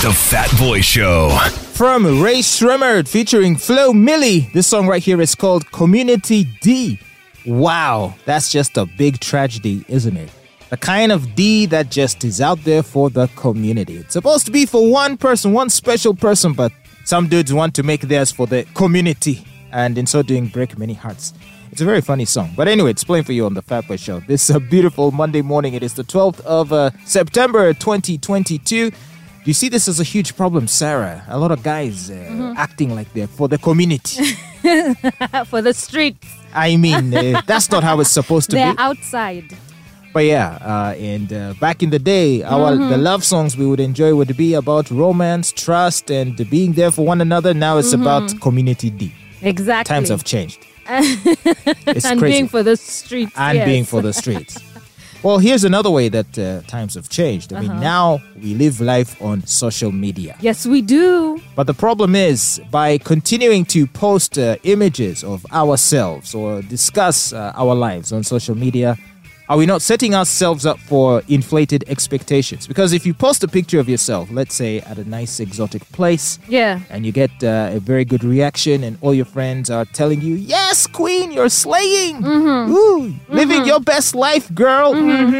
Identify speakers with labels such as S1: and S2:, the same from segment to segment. S1: The Fat Boy Show.
S2: From Ray Shremmerd featuring Flo Millie. This song right here is called Community D. Wow, that's just a big tragedy, isn't it? The kind of D that just is out there for the community. It's supposed to be for one person, one special person, but some dudes want to make theirs for the community and in so doing break many hearts. It's a very funny song. But anyway, it's playing for you on the Fatboy Show. This is a beautiful Monday morning. It is the 12th of uh, September 2022. You see, this is a huge problem, Sarah. A lot of guys uh,
S3: Mm-hmm.
S2: acting like they're for the community.
S3: for the streets.
S2: I mean, uh, that's not how it's supposed to
S3: They're
S2: be.
S3: outside.
S2: But yeah, uh, and uh, back in the day, our
S3: Mm-hmm.
S2: the love songs we would enjoy would be about romance, trust, and being there for one another. Now
S3: Mm-hmm.
S2: it's about community D.
S3: Exactly.
S2: Times have changed. it's
S3: and
S2: crazy.
S3: being for the streets.
S2: and
S3: yes.
S2: being for the streets. well, here's another way that uh, times have changed. I
S3: Uh-huh.
S2: mean, now we live life on social media.
S3: Yes, we do.
S2: But the problem is, by continuing to post uh, images of ourselves or discuss uh, our lives on social media, are we not setting ourselves up for inflated expectations? Because if you post a picture of yourself, let's say at a nice exotic place,
S3: Yeah.
S2: and you get uh, a very good reaction, and all your friends are telling you, "Yes, Queen, you're slaying, Ooh, living your best life, girl."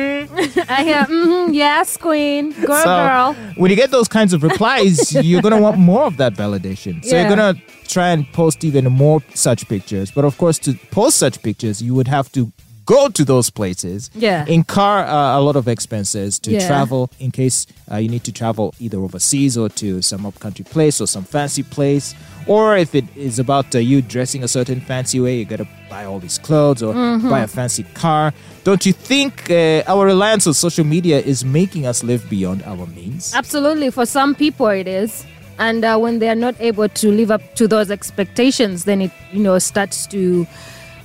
S3: I hear, mhm, yes, queen. Girl,
S2: So
S3: girl.
S2: when you get those kinds of replies, you're gonna want more of that validation. So
S3: Yeah.
S2: you're gonna try and post even more such pictures. But of course, to post such pictures, you would have to go to those places,
S3: Yeah.
S2: incur uh, a lot of expenses to
S3: Yeah.
S2: travel in case uh, you need to travel either overseas or to some upcountry place or some fancy place. Or if it is about uh, you dressing a certain fancy way, you gotta buy all these clothes or buy a fancy car. Don't you think uh, our reliance on social media is making us live beyond our means?
S3: Absolutely. For some people, it is. And uh, when they are not able to live up to those expectations, then it, you know, starts to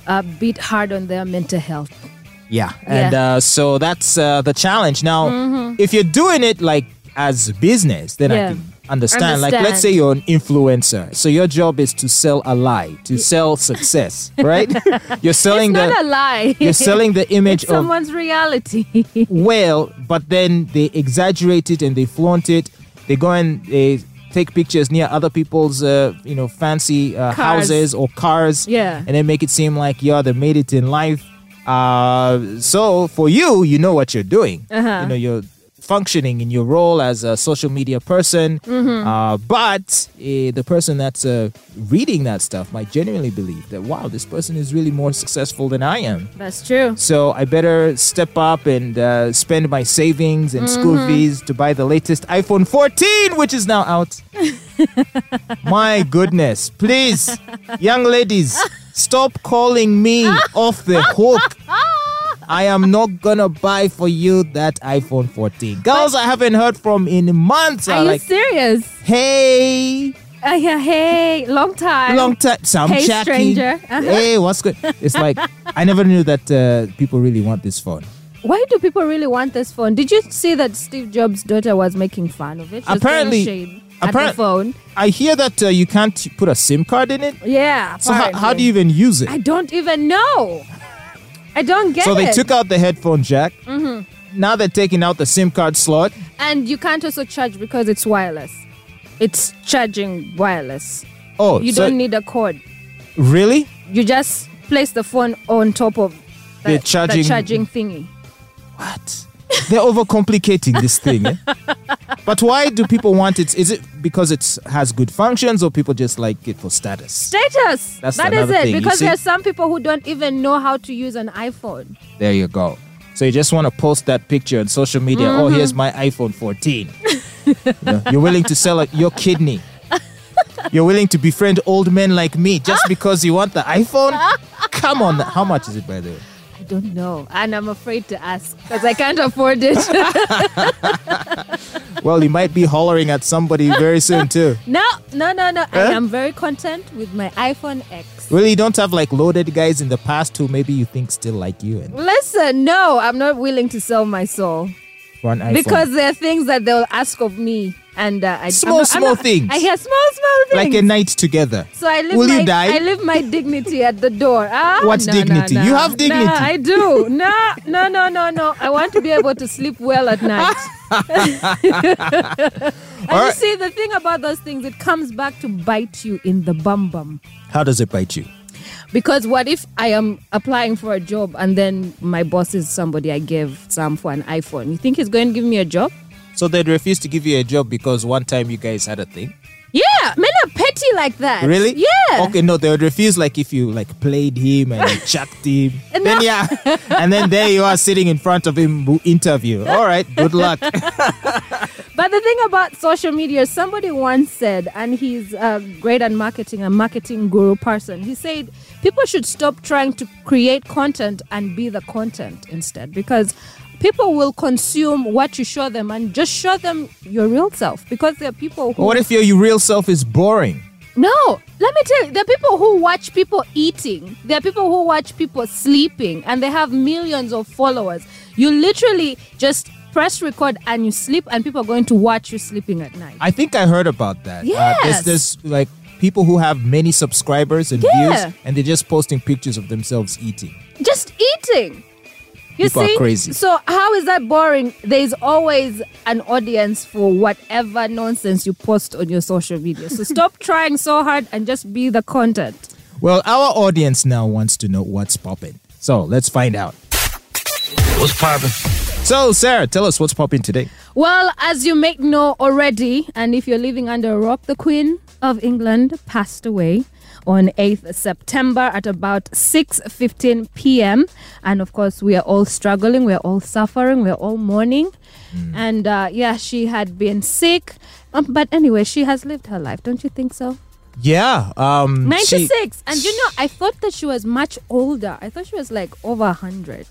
S3: uh, beat hard on their mental health.
S2: Yeah. And Uh, so that's uh, the challenge. Now, if you're doing it like as business, then I
S3: Mm-hmm. Yeah.
S2: can understand. Like, let's
S3: Understand.
S2: say you're an influencer. So your job is to sell a lie, to sell success, right? you're selling
S3: Not
S2: the.
S3: a lie.
S2: You're selling the image of
S3: someone's reality.
S2: well, but then they exaggerate it and they flaunt it. They go and they take pictures near other people's, uh, you know, fancy uh,
S3: Cars.
S2: houses or cars.
S3: Yeah.
S2: And then make it seem like, yeah, they made it in life. Uh, so for you, you know what you're doing.
S3: Uh-huh.
S2: You know, you're functioning in your role as a social media person.
S3: Mm-hmm.
S2: Uh, but uh, the person that's uh, reading that stuff might genuinely believe that, wow, this person is really more successful than I am.
S3: That's true.
S2: So I better step up and uh, spend my savings and school
S3: Mm-hmm.
S2: fees to buy the latest iPhone 14, which is now out. my goodness. Please, young ladies, stop calling me off the hook. I am not gonna buy for you that iPhone 14. Girls I haven't heard from in months
S3: Are
S2: are
S3: you
S2: like,
S3: serious?
S2: hey,
S3: Uh, yeah, hey, long time.
S2: long time. Some
S3: Hey,
S2: chatty.
S3: stranger. Uh-huh.
S2: Hey, what's good? It's like, I never knew that uh, people really want this phone.
S3: Why do people really want this phone? Did you see that Steve Jobs' daughter was making fun of it? She was throwing
S2: Apparently-
S3: shade at
S2: apparent-
S3: the phone.
S2: I hear that uh, you can't put a SIM card in it.
S3: Yeah.
S2: So how, how do
S3: apparently.
S2: you even use it?
S3: I don't even know. I don't get
S2: so
S3: it.
S2: they took out the headphone jack. Mm-hmm. Now they're taking out the SIM card slot.
S3: and you can't also charge because it's wireless. It's charging wireless.
S2: Oh,
S3: You
S2: so-
S3: don't need a cord.
S2: really?
S3: You just place the phone on top of the,
S2: The charging-
S3: the charging thingy.
S2: What? They're overcomplicating this thing. eh? But why do people want it? Is it because it has good functions, or people just like it for status?
S3: Status.
S2: That's
S3: That is
S2: another
S3: it.
S2: thing, you
S3: because
S2: see?
S3: there's some people who don't even know how to use an iPhone.
S2: There you go. So you just want to post that picture on social media. Oh,
S3: Mm-hmm.
S2: here's my iPhone 14. You know, you're willing to sell like, your kidney. You're willing to befriend old men like me just because you want the iPhone? Come on. How much is it, by the way?
S3: I don't know, and I'm afraid to ask because I can't afford it.
S2: Well, you might be hollering at somebody very soon, too.
S3: no, no, no, no.
S2: Huh?
S3: I am very content with my iPhone X.
S2: Really, you don't have like loaded guys in the past who maybe you think still like you and
S3: Listen, no, I'm not willing to sell my soul
S2: for an iPhone.
S3: because there are things that they'll ask of me, and uh, I I'm
S2: Small,
S3: not- I'm
S2: small
S3: not-
S2: things.
S3: I hear small, small
S2: like
S3: things.
S2: a night together.
S3: so I leave
S2: Will
S3: my
S2: you die?
S3: I leave my dignity at the door. Ah,
S2: What's
S3: no, no,
S2: dignity?
S3: no.
S2: You have dignity.
S3: No, I do. No, no, no, no, no. I want to be able to sleep well at night. And you
S2: right.
S3: see, the thing about those things, it comes back to bite you in the bum bum.
S2: How does it bite you?
S3: Because what if I am applying for a job and then my boss is somebody I gave some for an iPhone? You think he's going to give me a job?
S2: So they'd refuse to give you a job because one time you guys had a thing.
S3: Yeah, men are petty like that.
S2: Really?
S3: Yeah.
S2: Okay, no, they would refuse like if you like played him and you chucked him. Then yeah, and then there you are sitting in front of him who interview. All right, good luck.
S3: But the thing about social media, somebody once said, and he's uh, great at marketing, a marketing guru person. He said people should stop trying to create content and be the content instead, because people will consume what you show them and just show them your real self. Because there are people who
S2: what if your, your real self is boring?
S3: no, let me tell you, there are people who watch people eating, there are people who watch people sleeping, and they have millions of followers. You literally just press record and you sleep, and people are going to watch you sleeping at night.
S2: I think I heard about that. Uh, there's
S3: Yes.
S2: this like people who have many subscribers and
S3: Yeah.
S2: views, and they're just posting pictures of themselves eating.
S3: just eating. You
S2: People are
S3: see?
S2: crazy.
S3: So how is that boring? There's always an audience for whatever nonsense you post on your social media. So stop trying so hard and just be the content.
S2: Well, our audience now wants to know what's popping. So let's find out.
S1: What's poppin'?
S2: So, Sarah, tell us what's popping today.
S3: Well, as you may know already, and if you're living under a rock, the Queen of England passed away on 8th September at about 6:15 p.m. And of course, we are all struggling, we are all suffering, we are all mourning. And uh, yeah, she had been sick, um, but anyway, she has lived her life, don't you think so?
S2: Yeah, um, she-
S3: 96, and you know, I thought that she was much older. I thought she was like over 100.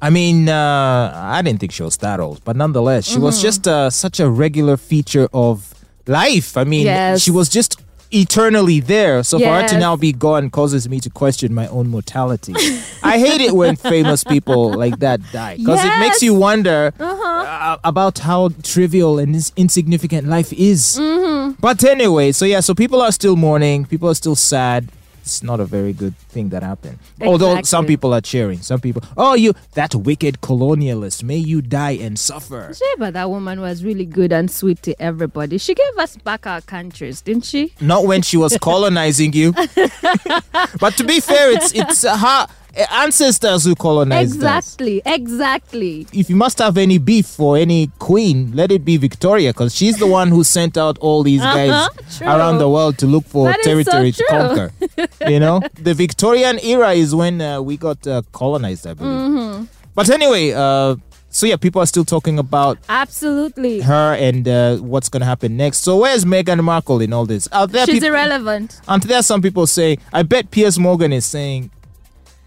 S2: I mean, uh, I didn't think she was that old, but nonetheless, she
S3: Mm-hmm.
S2: was just uh, such a regular feature of life. I mean,
S3: Yes.
S2: she was just eternally there. So for her to
S3: Yes.
S2: now be gone causes me to question my own mortality. I hate it when famous people like that die because it makes
S3: Yes. Uh-huh.
S2: you wonder uh, about how trivial and ins- insignificant life is.
S3: Mm-hmm.
S2: But anyway, so yeah, so people are still mourning, people are still sad. It's not a very good thing that happened. Although some
S3: Exactly.
S2: people are cheering. Some people, oh, you, that wicked colonialist, may you die and suffer.
S3: Shame, but that woman was really good and sweet to everybody. She gave us back our countries, didn't she?
S2: Not when she was colonizing you. but to be fair, it's, it's her ancestors who colonized us.
S3: Exactly, exactly.
S2: If you must have any beef for any queen, let it be Victoria, because she's the one who sent out all these guys
S3: Uh-huh, true.
S2: around the world to look for
S3: That is so
S2: territory to
S3: true.
S2: conquer. you know, the Victorian era is when uh, we got uh, colonized, I believe.
S3: Mm-hmm.
S2: But anyway, uh, so yeah, people are still talking about
S3: Absolutely.
S2: her and uh, what's going to happen next. So where's Meghan Markle in all this? Out there,
S3: She's
S2: people,
S3: irrelevant.
S2: and there are some people saying, I bet Piers Morgan is saying,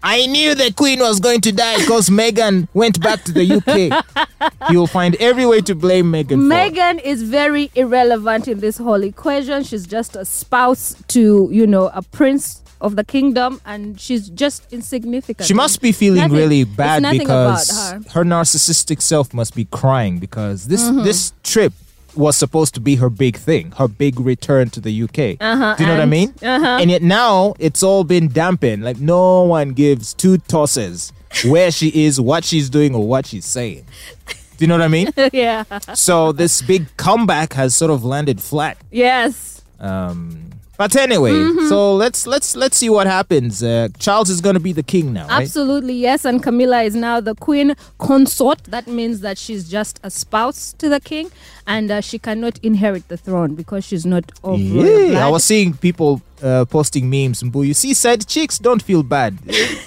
S2: I knew the Queen was going to die because Meghan went back to the UK. You'll find every way to blame Meghan. for.
S3: Megan is very irrelevant in this whole equation. She's just a spouse to, you know, a prince of the kingdom and she's just insignificant.
S2: She must be feeling
S3: Nothing-
S2: really
S3: it's
S2: bad
S3: nothing about
S2: because
S3: her. Mm-hmm.
S2: narcissistic self must be crying because this this trip was supposed to be her big thing, her big return to the UK.
S3: Uh-huh,
S2: Do you know what I
S3: and-
S2: mean?
S3: uh-huh.
S2: And yet now it's all been dampened. Like no one gives two tosses where she is, what she's doing, or what she's saying. Do you know what I mean?
S3: yeah.
S2: so this big comeback has sort of landed flat.
S3: Yes.
S2: Um, but anyway,
S3: Mm-hmm.
S2: so let's let's let's see what happens. Uh, Charles is going to be the king now, right?
S3: Absolutely, yes. And Camilla is now the queen consort. That means that she's just a spouse to the king and uh, she cannot inherit the throne because she's not of royal
S2: Yeah, I
S3: blood.
S2: was seeing people uh, posting memes. Mbu, you see, side chicks don't feel bad.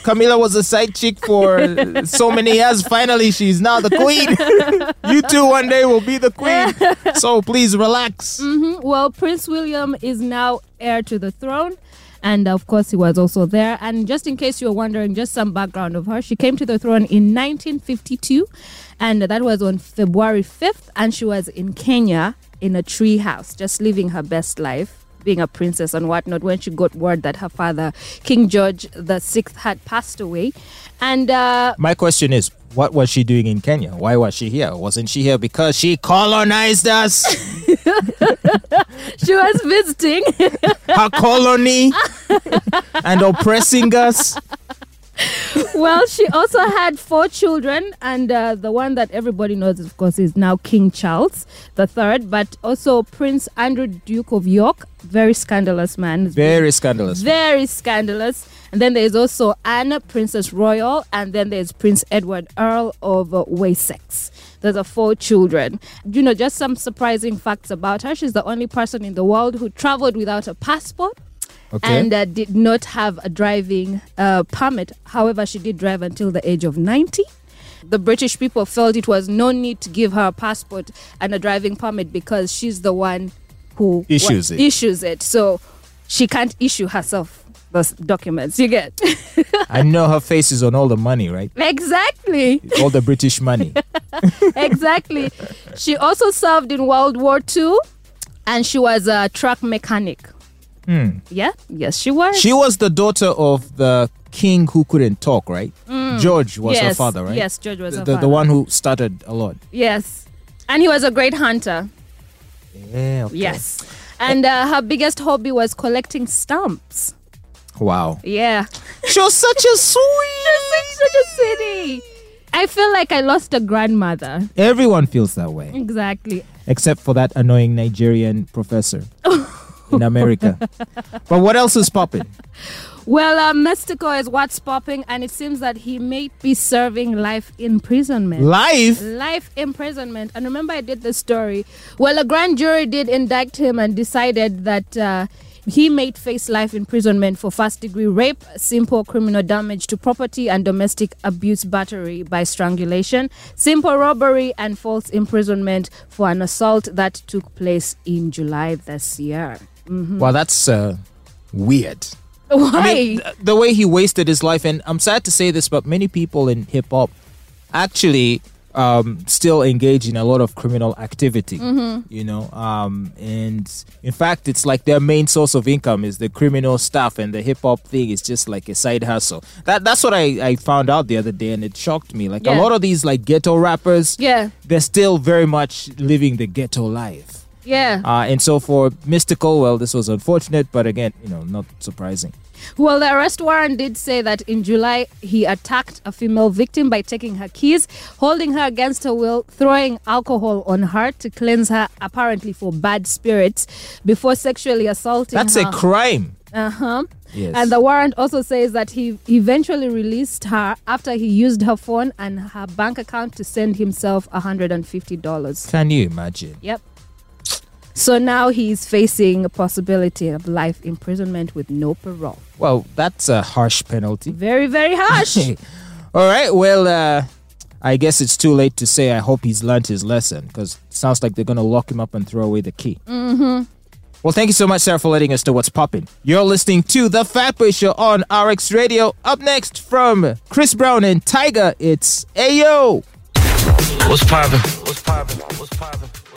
S2: Camila was a side chick for uh, so many years. Finally, she's now the queen. you two one day will be the queen. So please relax.
S3: Mhm. Well, Prince William is now heir to the throne. And of course, he was also there. And just in case you were wondering, just some background of her. She came to the throne in 1952, and that was on February 5th. And she was in Kenya in a tree house, just living her best life, being a princess and whatnot, when she got word that her father, King George the Sixth, had passed away. And uh,
S2: My question is, what was she doing in Kenya? Why was she here? Wasn't she here because she colonized us?
S3: she was visiting.
S2: Her colony? and oppressing us?
S3: well, she also had four children, and uh, the one that everybody knows, of course, is now King Charles the Third, but also Prince Andrew, Duke of York, very scandalous man,
S2: Very scandalous.
S3: very scandalous. And then there is also Anne, Princess Royal, and then there's Prince Edward, Earl of uh, Wessex. Those are four children. You know, just some surprising facts about her. She's the only person in the world who traveled without a passport
S2: Okay.
S3: and uh, did not have a driving uh, permit. However, she did drive until the age of 90. The British people felt it was no need to give her a passport and a driving permit because she's the one who wa-
S2: Issues it.
S3: Issues it. So she can't issue herself those documents. You get
S2: I know her face is on all the money, right?
S3: exactly,
S2: All the British money.
S3: exactly. she also served in World War II, and she was a truck mechanic. Yeah, yes, she was.
S2: Hmm. She was the daughter of the king who couldn't talk, right? George was her
S3: Mm. Yes,
S2: father, right?
S3: Yes, George was
S2: The,
S3: her
S2: the,
S3: father.
S2: the one who started a lot.
S3: Yes. And he was a great hunter.
S2: Yeah. okay.
S3: Yes. And uh, her biggest hobby was collecting stamps.
S2: Wow.
S3: Yeah.
S2: She was such a sweet.
S3: Such a city. I feel like I lost a grandmother.
S2: Everyone feels that way.
S3: Exactly.
S2: except for that annoying Nigerian professor in America. but what else is popping?
S3: Well, uh, Mystico is what's popping, and it seems that he may be serving life imprisonment.
S2: Life.
S3: life imprisonment. And remember, I did the story. Well, a grand jury did indict him and decided that uh, he may face life imprisonment for first degree rape, simple criminal damage to property, and domestic abuse battery by strangulation, simple robbery, and false imprisonment for an assault that took place in July this year. Mm-hmm.
S2: Wow, that's uh, weird.
S3: Why?
S2: I mean, th- the way he wasted his life, and I'm sad to say this, but many people in hip hop actually um, still engage in a lot of criminal activity.
S3: Mm-hmm.
S2: You know, um, and in fact, it's like their main source of income is the criminal stuff, and the hip hop thing is just like a side hustle. That that's what I, I found out the other day, and it shocked me. Like a
S3: Yeah.
S2: lot of these like ghetto rappers,
S3: yeah,
S2: they're still very much living the ghetto life.
S3: yeah.
S2: Uh, and so for Mystical, well, this was unfortunate, but again, you know, not surprising.
S3: Well, the arrest warrant did say that in July he attacked a female victim by taking her keys, holding her against her will, throwing alcohol on her to cleanse her apparently for bad spirits before sexually assaulting
S2: That's
S3: her.
S2: a crime.
S3: uh huh.
S2: Yes.
S3: And the warrant also says that he eventually released her after he used her phone and her bank account to send himself $150.
S2: Can you imagine?
S3: Yep. So now he is facing a possibility of life imprisonment with no parole.
S2: Well, that's a harsh penalty.
S3: Very, very harsh.
S2: All right. Well, uh, I guess it's too late to say I hope he's learned his lesson because it sounds like they're going to lock him up and throw away the key. Mm-hmm. Well, thank you so much, Sarah, for letting us know what's popping. You're listening to The Fat Boy Show on RX Radio. Up next from Chris Brown and Tiger, it's Ayo.
S1: What's poppin'? What's poppin'? What's poppin'?